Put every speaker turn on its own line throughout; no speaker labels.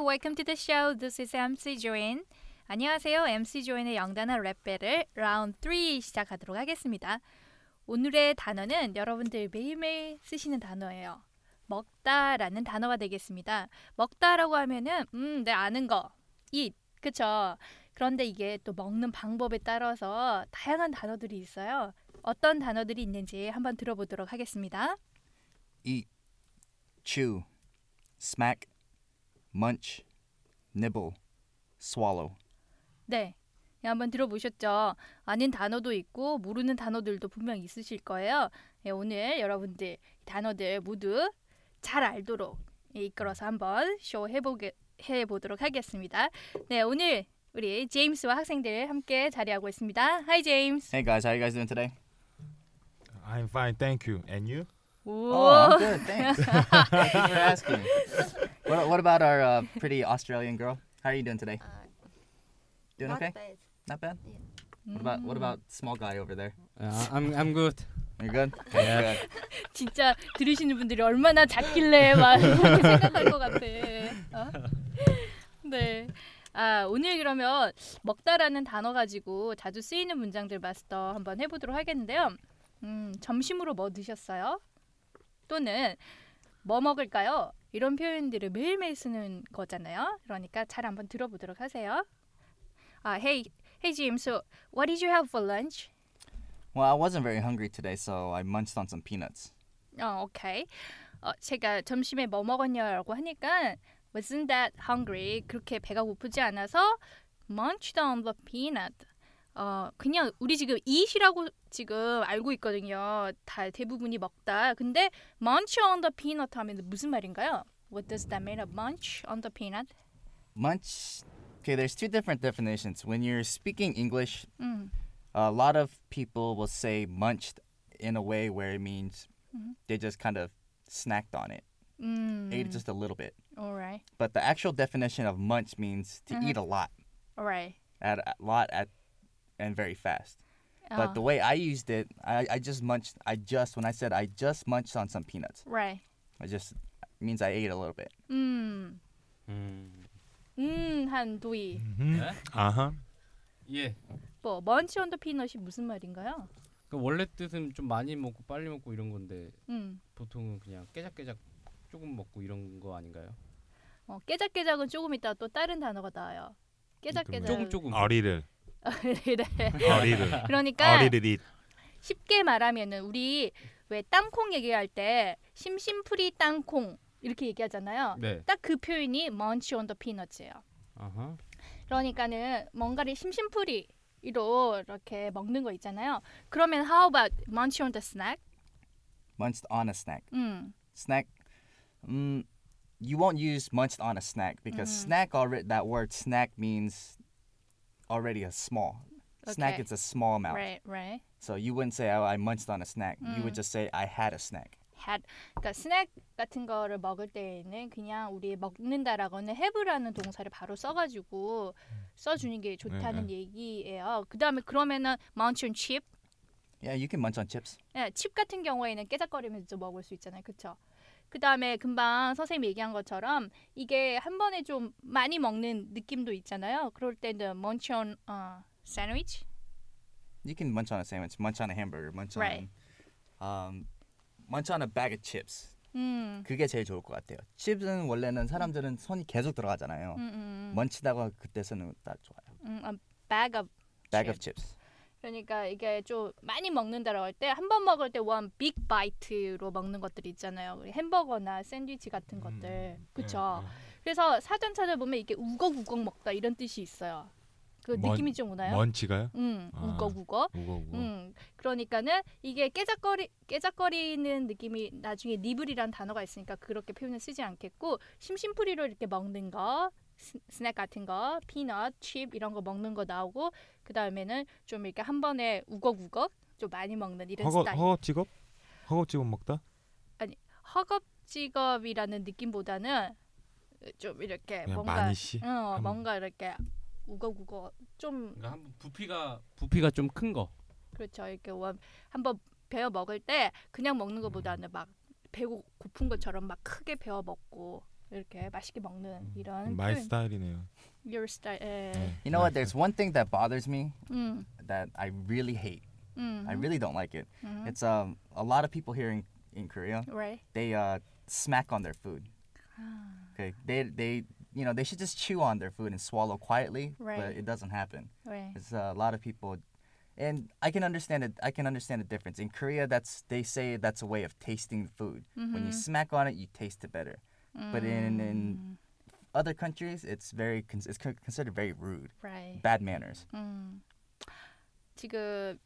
welcome to the show. This is MC Join. 안녕하세요. MC 조인의 영단어 랩배를 라운드 3 시작하도록 하겠습니다. 오늘의 단어는 여러분들 매일매일 쓰시는 단어예요. 먹다라는 단어가 되겠습니다. 먹다라고 하면은 음, 내 아는 거. eat. 그쵸 그런데 이게 또 먹는 방법에 따라서 다양한 단어들이 있어요. 어떤 단어들이 있는지 한번 들어보도록 하겠습니다.
eat, chew, smack, munch, nibble, swallow.
네. 예, 한번 들어보셨죠? 아닌 단어도 있고 모르는 단어들도 분명 있으실 거예요. 예, 오늘 여러분들 이 단어들 모두 잘 알도록 예, 이끌어서 한번 쇼 해보게 해보도록 하겠습니다. 네, 오늘 우리 제임스와 학생들 함께 자리하고 있습니다. 하이 제임스.
Hey guys, how you guys doing today?
I'm fine, thank you. And you?
오.
Oh, I'm good. Thanks. Thank you for asking. What, what about our uh, pretty Australian girl? How are you doing today? Doing
Uh, Not
okay?
bad. Mm.
Not bad. What about what about small guy over there?
Uh, I'm I'm good.
You're good.
Yeah.
Good.
진짜 들으시는 분들이 얼마나 작길래 막 이렇게 생각할 것 같아. 어? 네. 아 오늘 그러면 먹다라는 단어 가지고 자주 쓰이는 문장들 마스터 한번 해보도록 하겠는데요. 음 점심으로 뭐 드셨어요? 또는 뭐 먹을까요? 이런 표현들을 매일매일 쓰는 거잖아요. 그러니까 잘 한번 들어보도록 하세요. 아 hey hey Jim, so what did you have for lunch?
Well, I wasn't very hungry today, so I munched on some peanuts.
어, 오케이. 어, 제가 점심에 뭐 먹었냐라고 하니까 wasn't that hungry. 그렇게 배가 고프지 않아서 munched on the peanut. 어, 그냥 우리 지금 eat이라고 지금 알고 있거든요. 다 대부분이 먹다. 근데 munch on the peanut 하면 무슨 말인가요? What does that mean? Munch on the peanut?
Munch. Okay, there's two different definitions. When you're speaking English,
음.
a lot of people will say munched in a way where it means they just kind of snacked on it,
음.
ate just a little bit.
Alright.
But the actual definition of munch means to eat a lot,
Alright.
at a lot at, and very fast.
어,
But the way I used it, I, I just munched. I just when I said I just munched on some peanuts,
right.
it just means I ate a little bit.
음.
Mm.
음, 한 도이.
네?
Mm-hmm. Uh huh.
예.
뭐 munch on the peanut이 무슨 말인가요?
그 원래 뜻은 좀 많이 먹고 빨리 먹고 이런 건데
음.
보통은 그냥 깨작깨작 조금 먹고 이런 거 아닌가요?
어, 깨작깨작은 조금 있다 또 다른 단어가 나와요.
네.
깨작깨작.
조금 조금.
아.
어리를
네.
어리를
그러니까
어리를 eat.
쉽게 말하면은 우리 왜 땅콩 얘기할 때 심심풀이 땅콩 이렇게 얘기하잖아요.
네.
딱 그 표현이 munch on the peanuts예요.
아하.
그러니까는 뭔가를 심심풀이로 이렇게 먹는 거 있잖아요. 그러면 how about munch on the snack?
Munched on a snack.
음.
Snack. Mm, you won't use munched on a snack because
Mm-hmm.
snack already that word snack means already a small. Snack
Okay.
is a small amount.
Right, Mm. right.
So you wouldn't say oh, I munched on a snack. You would just say I had a snack.
had 그러니까 스낵 같은 거를 먹을 때에는 그냥 우리 먹는다라고는 have라는 동사를 바로 써가지고 써주는 게 좋다는 얘기예요. 그 다음에 그러면은 munch on chip,
Yeah, you can munch on chips.
예, 칩 같은 경우에는 깨작거리면서 먹을 수 있잖아요, 그렇죠? 그 다음에 금방 선생님 얘기한 것처럼 이게 한 번에 좀 많이 먹는 느낌도 있잖아요. 그럴 때는 munch on 어, sandwich,
You can munch on a sandwich, munch on a hamburger, munch
Right.
on um, munch on a bag of chips.
음,
그게 제일 좋을 것 같아요. 칩은 원래는 사람들은 손이 계속 들어가잖아요.
음, 음,
먼치다가 그때 쓰는 거딱 좋아요.
음, 음, bag of
bag
chips.
of chips.
그러니까 이게 좀 많이 먹는다라고 할 때 한 번 먹을 때 원 빅 바이트로 먹는 것들 있잖아요. 우리 햄버거나 샌드위치 같은
음,
것들. 그쵸
예, 네,
그래서 사전 찾아보면 이게 우거우거 먹다 이런 뜻이 있어요. 그
먼-
느낌이 좀 오나요?
먼치가요?
응,
뭐 아.
우거우거.
우거 우거.
음, 그러니까는 이게 깨작거리 깨작거리는 느낌이 나중에 니블이란 단어가 있으니까 그렇게 표현을 쓰지 않겠고 심심풀이로 이렇게 먹는 거 스- 스낵 같은 거 피넛, 칩 이런 거 먹는 거 나오고 그 다음에는 좀 이렇게 한 번에 우걱우걱 좀 많이 먹는 이런
허거
스타일
허거 직업? 허거 직업 먹다?
허겁지겁이라는 느낌보다는 어, 좀 이렇게
그냥
뭔가
많이 씨.
어,
번.
뭔가 이렇게 우걱우걱 좀
그러니까 한 부피가 부피가 좀 큰 거.
그렇죠. 이렇게 원 한번 베어 먹을 때 그냥 먹는 것보다는 막 배고 고픈 것처럼 막 크게 베어 먹고 이렇게 맛있게 먹는 이런
마이
표현.
스타일이네요.
your style. 예.
음, 네,
You know what?
마이
There's one thing that bothers me
음,
that I really hate.
음,
I really don't like it.
음.
It's um a lot of people here in, in Korea
right.
they uh smack on their food. Okay, they they you know they should just chew on their food and swallow quietly, but
Right.
it doesn't happen.
right.
It's uh, a lot of people, and I can understand it. I can understand the difference. In Korea, that's they say that's a way of tasting food. When you smack on it, you taste it better. But in in other countries, it's very cons- it's con- considered very rude,
right.
bad manners.
음. 지금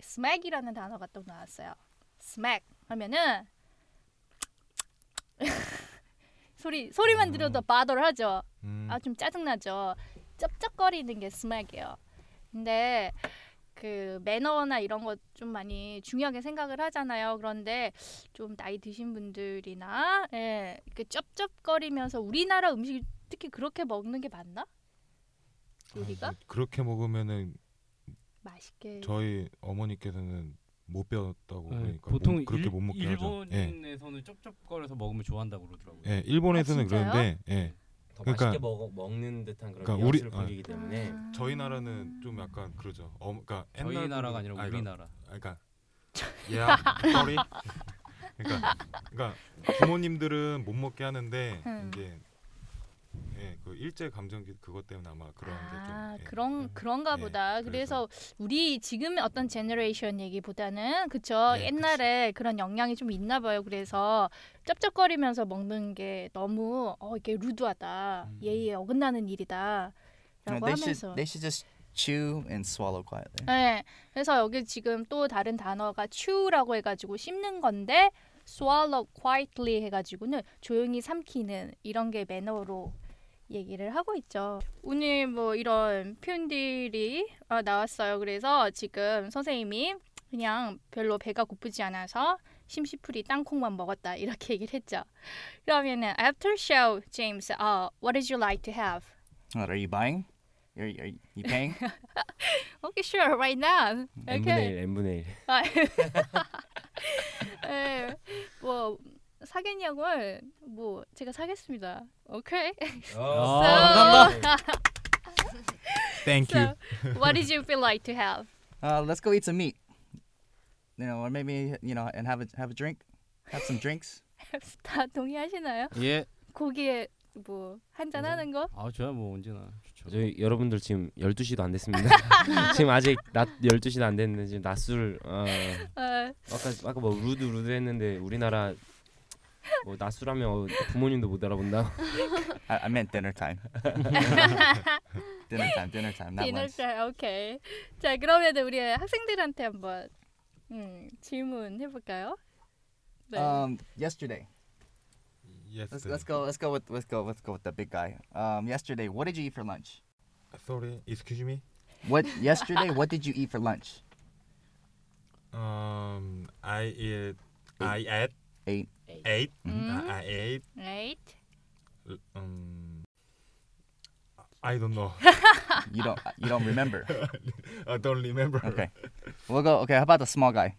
smack이라는 단어가 또 나왔어요. smack 하면은 소리 소리만 들어도 바돌하죠.
음,
아 좀 짜증나죠. 쩝쩝거리는 게 스맥이에요. 근데 그 매너나 이런 거 좀 많이 중요하게 생각을 하잖아요. 그런데 좀 나이 드신 분들이나 예, 그 쩝쩝거리면서 우리나라 음식 특히 그렇게 먹는 게 맞나?
아,
우리가
음.
네.
그렇게 먹으면은
맛있게
저희 어머니께서는 못 배웠다고
네,
그러니까
보통
못- 그렇게
일,
못 먹게 하죠. 예.
일본에서는 쩝쩝거려서 먹으면 좋아한다고 그러더라고요.
예, 일본에서는
아, 진짜요?
그런데 예.
더
그러니까-
맛있게 먹어, 먹는 듯한 그런
그러니까 우리-
뉘앙스를 보이기 때문에
아.
저희 나라는 좀 약간 그러죠. 어, 그러니까
저희
옛날
나라가
부분-
아니라
아니, 그러니까-
우리나라.
아니, 그러니까 yeah, sorry. 그러니까 그러니까 부모님들은 못 먹게 하는데
음.
이제 예, 그 일제 감정기 그것 때문에 아마 그런
아,
게 좀. 예.
그런 그런가
예,
보다. 그래서, 우리 지금 어떤 제너레이션 얘기보다는 그쵸
예,
옛날에 그런 영향이 좀 있나 봐요. 그래서 쩝쩝거리면서 먹는 게 너무 어 이게 루드하다
음.
예의에 어긋나는 일이다라고
You know, they should
하면서.
they should just chew and swallow quietly.
네, 그래서 여기 지금 또 다른 단어가 chew라고 해가지고 씹는 건데 swallow quietly 해가지고는 조용히 삼키는 이런 게 매너로 얘기를 하고 있죠. 오늘 뭐 이런 표현들이 어, 나왔어요. 그래서 지금 선생님이 그냥 별로 배가 고프지 않아서 심심풀이 땅콩만 먹었다 이렇게 얘기를 했죠. 그러면은 after show, James, uh, what did you like to have?
What, are you buying? Are, you- are you paying?
Okay, sure, right now.
n 분의 1, n 분의 1.
아, 예, 뭐 사겠냐고요? 뭐 제가 사겠습니다. 오케이.
아,
감사합니다.
Thank you.
So, what did you feel like to have?
uh, let's go eat some meat. You know, or maybe you know, and have a have a drink, have some drinks.
다 동의하시나요?
예.
고기에 뭐 한잔 하는 거?
아, 저야 뭐 언제나 좋죠.
저희 여러분들 지금 12시도 안 됐습니다. 지금 아직 낮 12시도 안 됐는데 지금 낮술 어,
어,
아까 아까 뭐 루드 루드 했는데 우리나라 뭐 낮술하면 어, 부모님도 못 알아본다.
I, I meant dinner time. dinner time, dinner time, not
디너
lunch.
잘 오케이. 자 그러면 우리 학생들한테 한번 음, 질문 해볼까요? 네.
Um, yesterday.
Yes.
Let's, let's go. Let's go with let's go let's go with the big guy. Um, yesterday, what did you eat for lunch?
Sorry. Excuse me.
What yesterday? what did you eat for lunch?
Um, I eat. I ate
Eight.
eight. 아,
음.
I, I ate.
right.
Um, I don't know.
You don't you don't remember.
I don't remember.
Okay, we'll go. Okay, how about the small guy?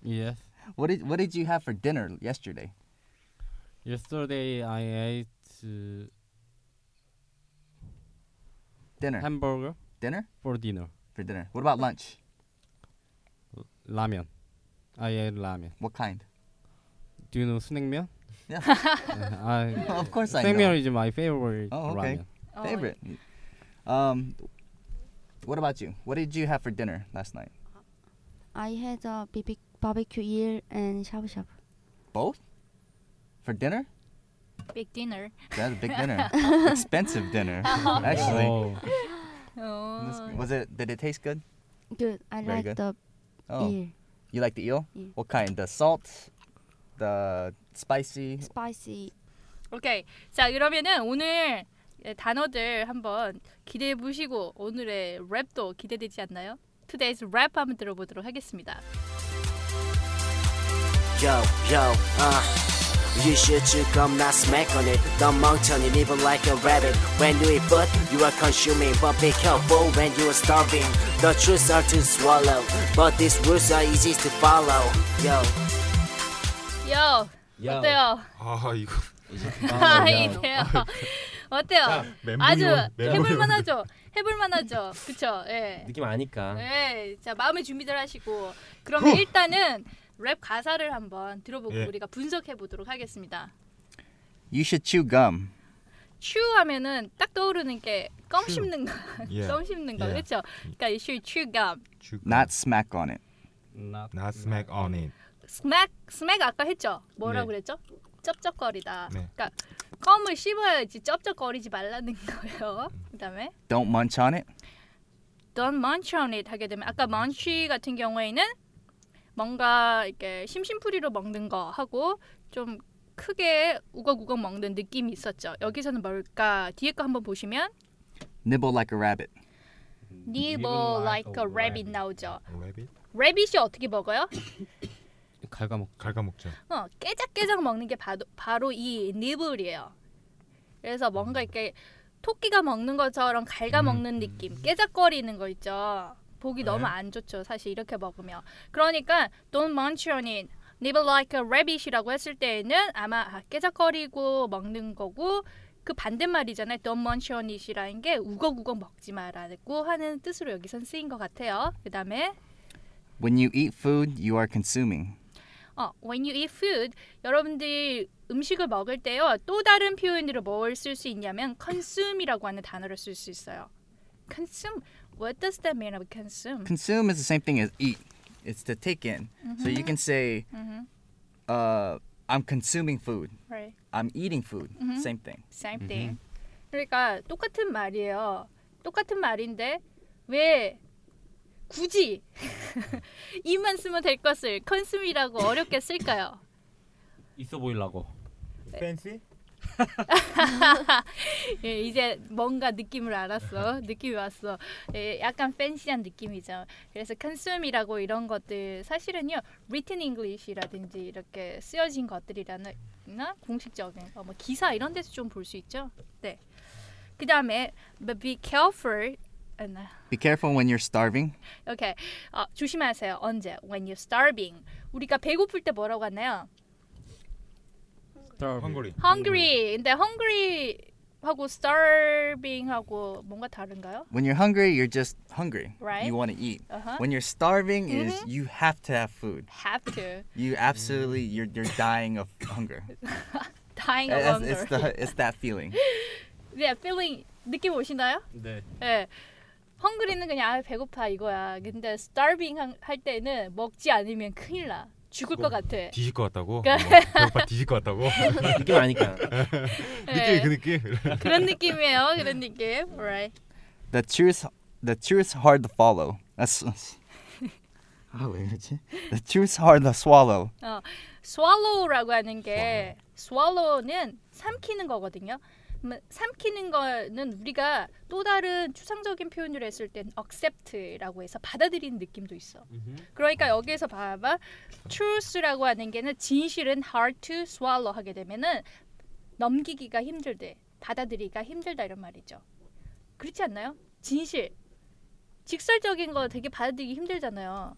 Yes.
What did what did you have for dinner yesterday?
Yesterday I ate uh,
Dinner
hamburger
dinner
for dinner.
for dinner. What about lunch?
라면. I ate 라면.
What kind?
Do you know 순냉면? 네,
Yeah.
아,
of course I know.
생면 is my favorite
Oh, okay.
라면.
어,
Favorite. Um, what about you? What did you have for dinner last night?
I had a BB- barbecue eel and shabu shabu.
Both? For dinner?
Big dinner.
That's a big dinner. Expensive dinner, actually.
어,
This-
어,
Was it? Did it taste good?
Good. I
Very
like
good.
the
Oh,
eel.
you like the eel?
Yeah.
What kind? The salt, the spicy.
Spicy.
오케이. 자, 그러면은 오늘 예, 단어들 한번 기대해 보시고 오늘의 랩도 기대되지 않나요? Today's rap 한번 들어보도록 하겠습니다.
Yo, yo, uh. You should chew gum, not smack on it. Don't mountain, you nibble like a rabbit. When you eat food, you are consuming, but be careful when you are starving. The truths are to swallow, but these rules are easy to follow. Yo.
요.
야,
어때요?
아 이거
이제
아이데요. 어때요? 아주 해볼만하죠. 해볼만하죠. 그쵸? 예.
느낌 아니까
네, 자 마음의 준비들 하시고 그러면 일단은 랩 가사를 한번 들어보고
예.
우리가 분석해 보도록 하겠습니다.
You should chew gum.
추하면은 딱 떠오르는 게 껌
추.
씹는 거,
예.
껌 씹는 거,
예.
그렇죠? 그러니까 you should chew gum,
죽음.
Not smack on it.
나
Not smack on it.
smack, smack 아까 했죠? 뭐라고
네.
그랬죠? 쩝쩝거리다.
네.
그러니까 껌을 씹어야지 쩝쩝거리지 말라는 거예요. 그다음에
Don't munch on it.
don't munch on it 하게 되면 아까 munch 같은 경우에는 뭔가 이렇게 심심풀이로 먹는 거 하고 좀 크게 우걱우걱 먹는 느낌이 있었죠. 여기서는 뭘까? 뒤에 거 한번 보시면
Nibble like a rabbit.
nibble like a rabbit 나오죠.
Rabbit
rabbit이 어떻게 먹어요?
갈가먹.
갉아먹죠.
어, 깨작깨작 먹는 게 바로, 바로 이 nibble이에요. 그래서 뭔가 이렇게 토끼가 먹는 것처럼 갉아먹는 느낌, 깨작거리는 거 있죠. 보기
네.
너무 안 좋죠. 사실 이렇게 먹으면. 그러니까 don't munch on it. nibble like a rabbit이라고 했을 때에는 아마 아, 깨작거리고 먹는 거고 그 반대말이잖아요. don't munch on it이라는 게 우걱우걱 먹지 마라고 하는 뜻으로 여기선 쓰인 것 같아요. 그 다음에
When you eat food, you are consuming.
어, when you eat food, 여러분들이 음식을 먹을 때요. 또 다른 표현으로 뭘 쓸 수 있냐면 consume이라고 하는 단어를 쓸 수 있어요. consume. What does that mean of consume?
Consume is the same thing as eat. It's to take in. So you can say,
Mhm.
uh, "I'm consuming food."
Right.
I'm eating food.
Mm-hmm.
Same thing.
Same thing. 그러니까 똑같은 말이에요. 똑같은 말인데 왜 굳이 입만 쓰면 될 것을 consume이라고 어렵게 쓸까요?
있어 보이려고
Fancy?
예, 이제 뭔가 느낌을 알았어. 느낌이 왔어. 예, 약간 팬시한 느낌이죠. 그래서 consume이라고 이런 것들 사실은요. written English이라든지 이렇게 쓰여진 것들이라나 공식적인 거, 뭐 기사 이런 데서 좀 볼 수 있죠. 네. 그 다음에 but be careful. 아, 나-
Be careful when you're starving.
오케이. 어, 조심하세요. 언제? When you're starving. 우리가 배고플 때 뭐라고 하나요?
헝거리.
Hungry. 근데 hungry 하고 starving 하고 뭔가 다른가요?
When you're hungry, you're just hungry.
Right.
You want to eat.
Uh-huh. Mm-hmm.
When you're starving, is you have to have food.
have to.
You absolutely, you're you're dying of hunger.
Dying of
It's, it's
hunger.
the it's that feeling.
네, feeling 느낌 오시나요?
네.
예. 헝그리는 그냥 아 배고파 이거야. 근데 starving 한- 할 때는 먹지 않으면 큰일 나. 죽을 것 같아. 예.
뒤질 것 같다고. 어,
그-
배고파 뒤질 것 같다고.
느낌 아니까
느낌 그 느낌.
예. 그런 느낌이에요. 그런 느낌. Alright.
The truth, the truth's hard to follow. That's. 아, 왜 그러지? The truth's hard to swallow.
swallow라고 하는 게 swallow는 삼키는 거거든요. 음, 삼키는 거는 우리가 또 다른 추상적인 표현으로 했을 땐 accept라고 해서 받아들이는 느낌도 있어. 그러니까 여기에서 봐봐. truth라고 하는 게는 진실은 hard to swallow 하게 되면은 넘기기가 힘들대. 받아들이기가 힘들다 이런 말이죠. 그렇지 않나요? 진실. 직설적인 거 되게 받아들이기 힘들잖아요.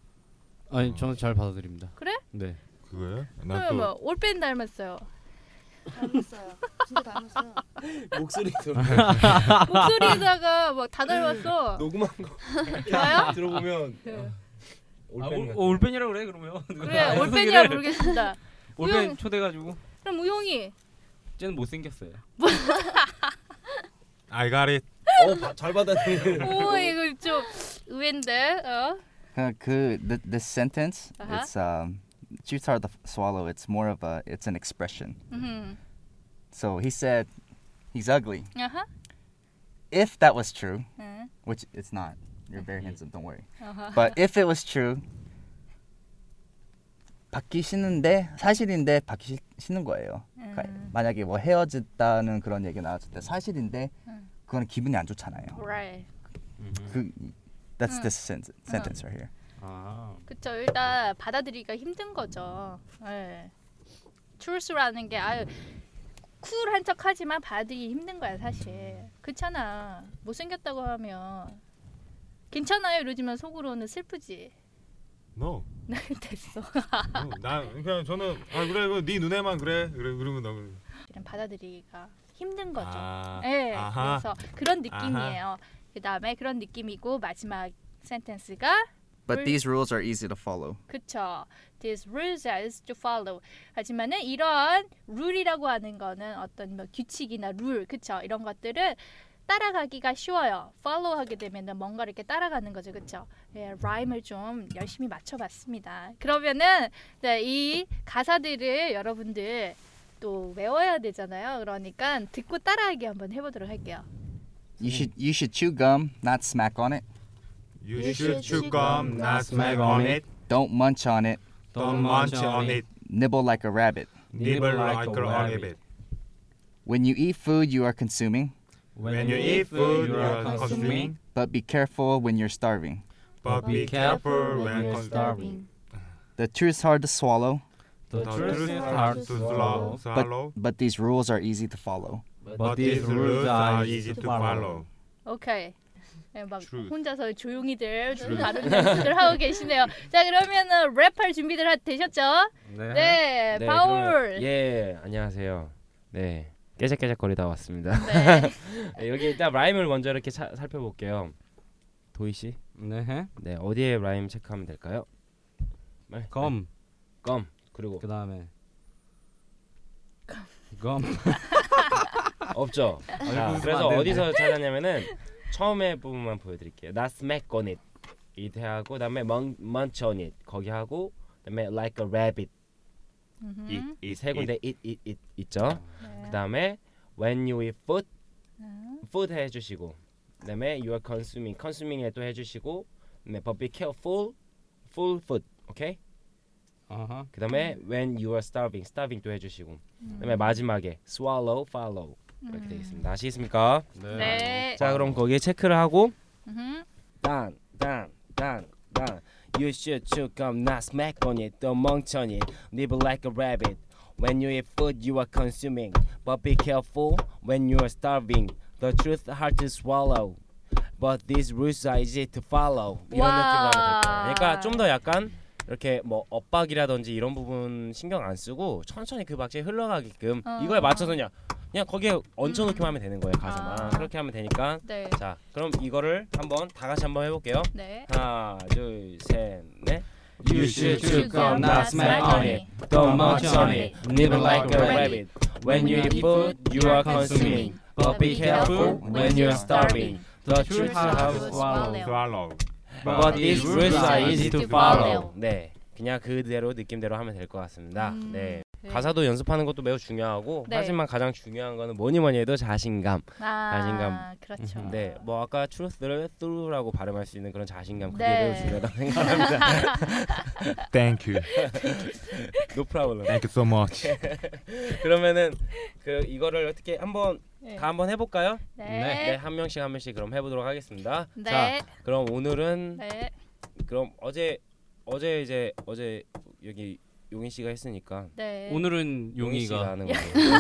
아니 저는 잘 받아들입니다.
그래?
네.
그거요?
그러면
나또
뭐 올빼미 닮았어요.
닮았어요. 진짜 닮았어요.
목소리도
목소리에다가 막 다 닮았어.
네. 녹음한 거
좋아요?
들어보면
네.
올빼미 같아.
올펜이라고 그래 그러면.
그래 올빼미라 부르겠습니다. 우영.
올펜 초대가지고.
그럼 우용이
쟤는 못 생겼어요.
I got it.
어, 바- 잘 받았네
오 이거 좀 의외인데 어?
Uh, 그 the this sentence,
Uh-huh.
it's um, truth's hard to f- swallow. It's more of a, it's an expression.
음.
So he said, he's ugly.
아하.
If that was true,
응.
which it's not, you're very handsome. Don't worry. But if it was true, 받기 싫는데 사실인데 받기 싫- 싫는 거예요. 그러니까 만약에 뭐 헤어졌다는 그런 얘기 나왔을 때 사실인데 그거는 기분이 안 좋잖아요.
Right.
그 that's this sentence, sentence right here.
아.
그쵸 일단 받아들이기가 힘든 거죠. 예. 트루스라는 게 아유 쿨한 척하지만 받아들이기 힘든 거야 사실. 그렇잖아. 못생겼다고 하면 괜찮아요 이러지만 속으로는 슬프지.
No.
됐어.
no. 나 그냥 저는 아 그래 이거 네 눈에만 그래. 그래 그러면 나 그래.
그냥 받아들이기가 힘든 거죠.
아,
네,
아하.
그래서 그런 느낌이에요. 그 다음에 그런 느낌이고 마지막 센텐스가
But these rules are easy to follow.
그쵸. These rules are to follow. 하지만은 이러한 룰이라고 하는 거는 어떤 뭐 규칙이나 룰, 그쵸. 이런 것들은 따라가기가 쉬워요. follow 하게 되면은 뭔가 이렇게 따라가는 거죠, 그쵸. 예, 라임을 좀 열심히 맞춰봤습니다. 그러면은 네, 이 가사들을 여러분들 또 외워야 되잖아요. 그러니까 듣고 따라하기 한번 해보도록 할게요.
You should you should chew gum, not smack on it.
You
You
should
should
chew
chew
gum, not
gum,
not
smack
smack
on
on
it.
Don't munch on it.
Don't munch on it.
Nibble like a rabbit.
Nibble like a rabbit.
When you eat food you are consuming,
When you eat food, you are consuming.
but be careful when you're starving.
But be careful when consuming.
The truth's hard to swallow,
The
The truth is hard to swallow, swallow,
but these rules are easy to follow.
but these rules are easy to follow.
오케이. 네, 막
Truth.
혼자서 조용히들 좀 다른 연습들 하고 계시네요. 자 그러면은 랩할 준비들 하- 되셨죠? 네,
그러면-
바울.
예, 안녕하세요. 네, 깨작깨작거리다 왔습니다.
네.
네, 여기 일단 라임을 먼저 이렇게 차, 살펴볼게요. 도희 씨,
네.
네 어디에 라임 체크하면 될까요? 네,
검.
껌 그리고
그 다음에 검.
없죠. 자,
아, 웃으면
그래서
안 되는데.
어디서 찾았냐면은 처음에 부분만 보여드릴게요. Not smack on it 이때 하고 그다음에 mun- munch on it 거기 하고 그다음에 like a rabbit
음,
이 세 군데 it it it 있죠.
네.
그다음에 when you eat food
네.
음,
food 해주시고 그다음에 you are consuming consuming 또 해주시고 그다음에 but be careful full food 오케이
어허.
그다음에 when you are starving starving도 해주시고 그다음에 음. 마지막에 swallow follow 이렇게 되어 있습니다 아시겠습니까?
네.
자 그럼 거기에 체크를 하고
음,
Done, done, done, done. You should chew gum, not smack on it. Don't munch on it. Nibble like a rabbit. When you eat food, you are consuming. But be careful when you are starving. The truth hard to swallow. But these rules are easy to follow.
이런
와.
느낌으로 하면 될 거예요. 그러니까 좀 더 약간 이렇게 뭐 엇박이라든지 이런 부분 신경 안 쓰고 천천히 그 박자에 흘러가게끔
어.
이거에 맞춰서 그냥 그냥 거기에 얹혀놓기만 하면 되는 거예요 가사만
아.
그렇게 하면 되니까
네.
자 그럼 이거를 한번 다 같이 한번 해볼게요
네.
하나 둘셋넷
You should chew gum, not smack on it.
Don't
munch on it.
Nibble
like a
rabbit.
When
you eat
food,
you are consuming.
But be careful when you are starving. The
truth
truth
hard
hard
to
to
swallow.
swallow.
Swallow.
But these rules are easy to follow.
네 그냥 그대로 느낌대로 하면 될 것 같습니다
음.
네
네.
가사도 연습하는 것도 매우 중요하고
네.
하지만 가장 중요한 거는 뭐니 뭐니 해도 자신감
아,
자신감.
그렇죠.
네, 뭐 아까 truth를 through라고 발음할 수 있는 그런 자신감 그게
네.
매우 중요하다고 생각합니다.
Thank you.
no problem.
Thank you so much.
그러면은 그 이거를 어떻게 한번
네.
다 한번 해볼까요? 네,
네.
한 명씩 한 명씩 그럼 해보도록 하겠습니다.
네.
자,
네.
그럼 오늘은
네.
그럼 어제 어제 이제 어제 여기 용인 씨가 했으니까
네.
오늘은
용인 씨가
용이가
하는 거예요.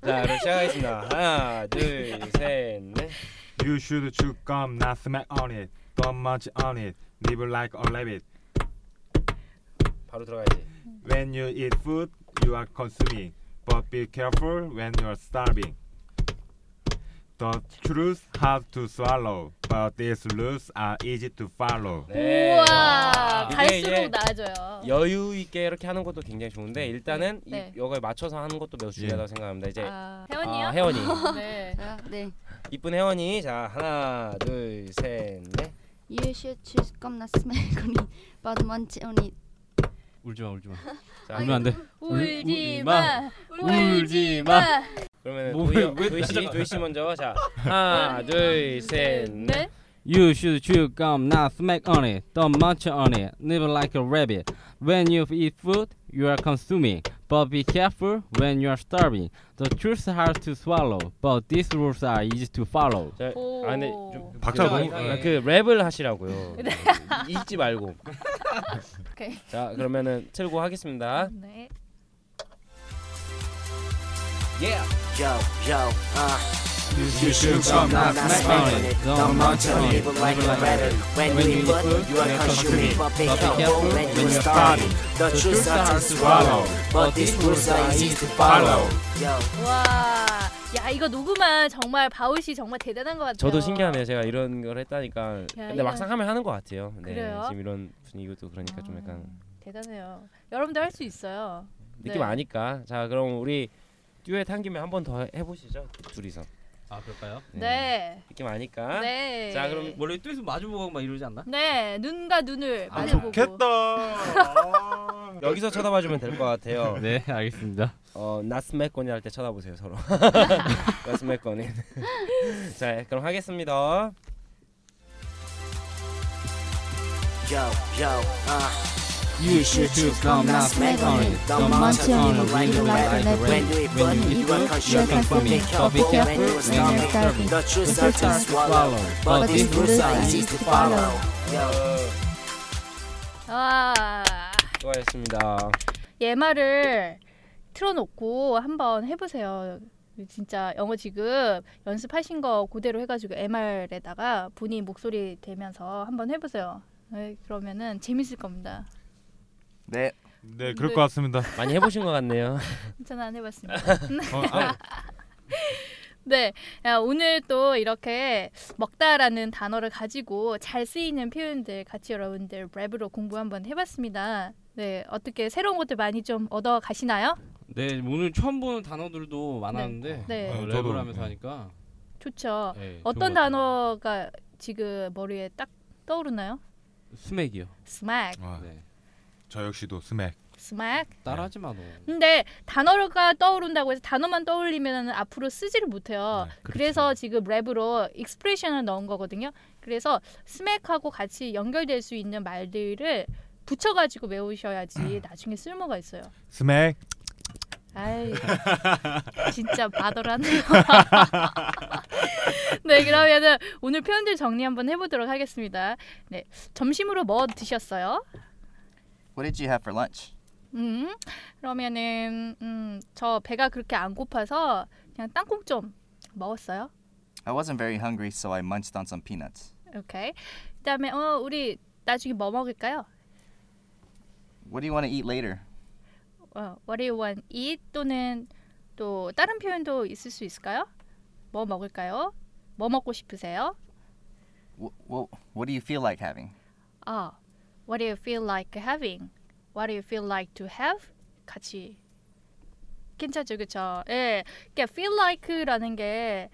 자, 그럼 시작하겠습니다. 하나, 둘, 셋, 넷.
You should chew gum, not smack on it. Don't munch on it. Nibble like a rabbit.
바로 들어가야지.
When you eat food, you are consuming. But be careful when you are starving. The truth hard to swallow, but these rules are easy to follow.
네. 예.
우와.
이게
갈수록
이제
나아져요.
여유 있게 이렇게 하는 것도 굉장히 좋은데 일단은
네.
이 여기에 맞춰서 하는 것도 매우 중요하다고 생각합니다. 이제
아, 회원이요?
아, 혜원이
네.
네.
이쁜 혜원이 자 하나 둘셋넷
You should chew gum, not smack on it, but munch on it.
울지마 울지마.
자,
울면 안 돼.
울지
울지
마.
마.
울지
울지
마.
그러면은
뭐,
도희
왜- 왜-
도희 씨 도희 씨 먼저 자 하나 둘셋넷
네.
You should chew gum, not smack on it. Don't munch on it. Nibble like a rabbit. When you eat food, you are consuming. But be careful when you are starving. The truth is hard to swallow, but these rules are easy to follow.
자,
오.
아 근데 좀
박자
너무-
아, 그 랩을 하시라고요 읽지 말고
네. 오케이.
자 그러면은 틀고 하겠습니다
네.
Yo, yo, uh, You should come not smack on it. The mountain evil like a rabbit. When you eat food, you are consuming. But be careful when you are starving. The truth are hard to swallow, but these rules are easy to follow. Yo.
와, 야 이거 녹음한 정말 바울 씨 정말 대단한 것 같아요.
저도 신기하네요. 제가 이런 걸 했다니까. 근데
이건-
막상 하면 하는 것 같아요. 네,
그래요? 아,
지금 이런 분위기도 그러니까 좀 약간
대단해요. 여러분도 할 수 있어요.
느낌
네.
아니까. 자, 그럼 우리 듀엣 한 김에 한 번 더 해보시죠. 둘이서.
아 그럴까요?
네.
느낌 아니까.
네.
자, 그럼 뭐
원래 뚜에서 마주보고 막 이러지 않나?
네 눈과 눈을
아,
마주보고.
좋겠다.
여기서 쳐다봐주면 될 것 같아요.
네 알겠습니다.
어, 나스메코니 할 때 쳐다보세요 서로. 나스메코니. 자, 그럼 하겠습니다.
Yo, yo, uh.
You should to come now smack on it. The mountain on it. When you like a
When
rabbit.
you eat
When you eat
food, you are
food, you are
consuming. But be
consuming. But be
careful
careful
when you
when you are
are
starving.
starving. The
The
truth are
truths
to
are
swallow, but these rules are easy to follow. Yo.
아,
수고하셨습니다.
얘 말을 틀어놓고 한번 해보세요. 진짜 영어 지금 연습하신 거 그대로 해가지고 MR에다가 본인 목소리 대면서 한번 해보세요. 네, 그러면은 재밌을 겁니다.
네.
네, 그럴 것 같습니다.
많이 해보신 것 같네요.
저는 안 해봤습니다.
어, 아,
네, 야, 오늘 또 이렇게 먹다라는 단어를 가지고 잘 쓰이는 표현들 같이 여러분들 랩으로 공부 한번 해봤습니다. 네, 어떻게 새로운 것들 많이 좀 얻어 가시나요?
네 오늘 처음 보는 단어들도 많았는데
네.
어,
네,
랩을
저도.
하면서 하니까
좋죠.
네,
어떤
좋은 것 같아요.
단어가 지금 머리에 딱 떠오르나요?
스맥이요.
스맥,
아,
네.
저 역시도 스맥.
스맥.
따라하지 마 너.
근데 단어가 떠오른다고 해서 단어만 떠올리면 앞으로 쓰지를 못해요.
네,
그래서 지금 랩으로 익스프레션을 넣은 거거든요. 그래서 스맥하고 같이 연결될 수 있는 말들을 붙여가지고 외우셔야지 나중에 쓸모가 있어요.
스맥.
아이 진짜 바더라네요. 네 그러면은 오늘 표현들 정리 한번 해보도록 하겠습니다. 네 점심으로 뭐 드셨어요?
What did you have for lunch?
음 그러면은 음저 배가 그렇게 안 고파서 그냥 땅콩 좀 먹었어요.
I wasn't very hungry, so I munched on some peanuts.
오케이. 그다음에 어 우리 나중에 뭐 먹을까요?
What do you want to eat later?
어, what do you want eat 또는 또 다른 표현도 있을 수 있을까요? 뭐 먹을까요? 뭐 먹고 싶으세요?
Wh- wh- what do you feel like having?
아, what do you feel like having? What do you feel like to have? 같이 괜찮죠, 그렇죠? 예, 그러니까 feel like라는 게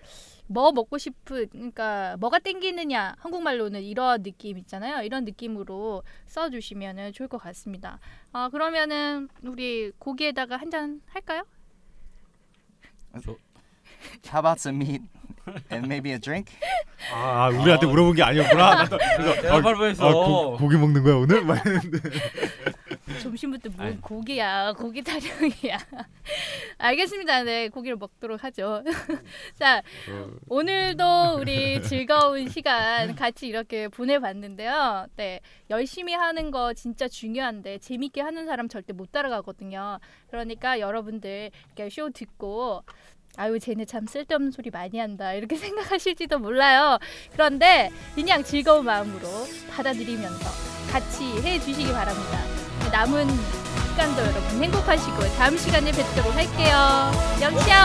뭐 먹고 싶은, 그러니까 뭐가 땡기느냐 한국말로는 이런 느낌 있잖아요. 이런 느낌으로 써주시면은 좋을 것 같습니다. 아 그러면은 우리 고기에다가 한 잔 할까요?
How about some meat and maybe a drink?
아, 우리한테 물어본 게 아니었구나.
네,
대답할
아, 고,
그,
뻔했어.
고기 먹는 거야 오늘? 막 이랬는데.
점심부터 뭐
네. 아니.
고기야 고기 타령이야 알겠습니다 네 고기를 먹도록 하죠 자 오늘도 우리 즐거운 시간 같이 이렇게 보내봤는데요 네 열심히 하는 거 진짜 중요한데 재밌게 하는 사람 절대 못 따라가거든요 그러니까 여러분들 이렇게 쇼 듣고 아유 쟤네 참 쓸데없는 소리 많이 한다 이렇게 생각하실지도 몰라요 그런데 그냥 즐거운 마음으로 받아들이면서 같이 해주시기 바랍니다 네, 남은 시간도 여러분 행복하시고 다음 시간에 뵙도록 할게요 영시오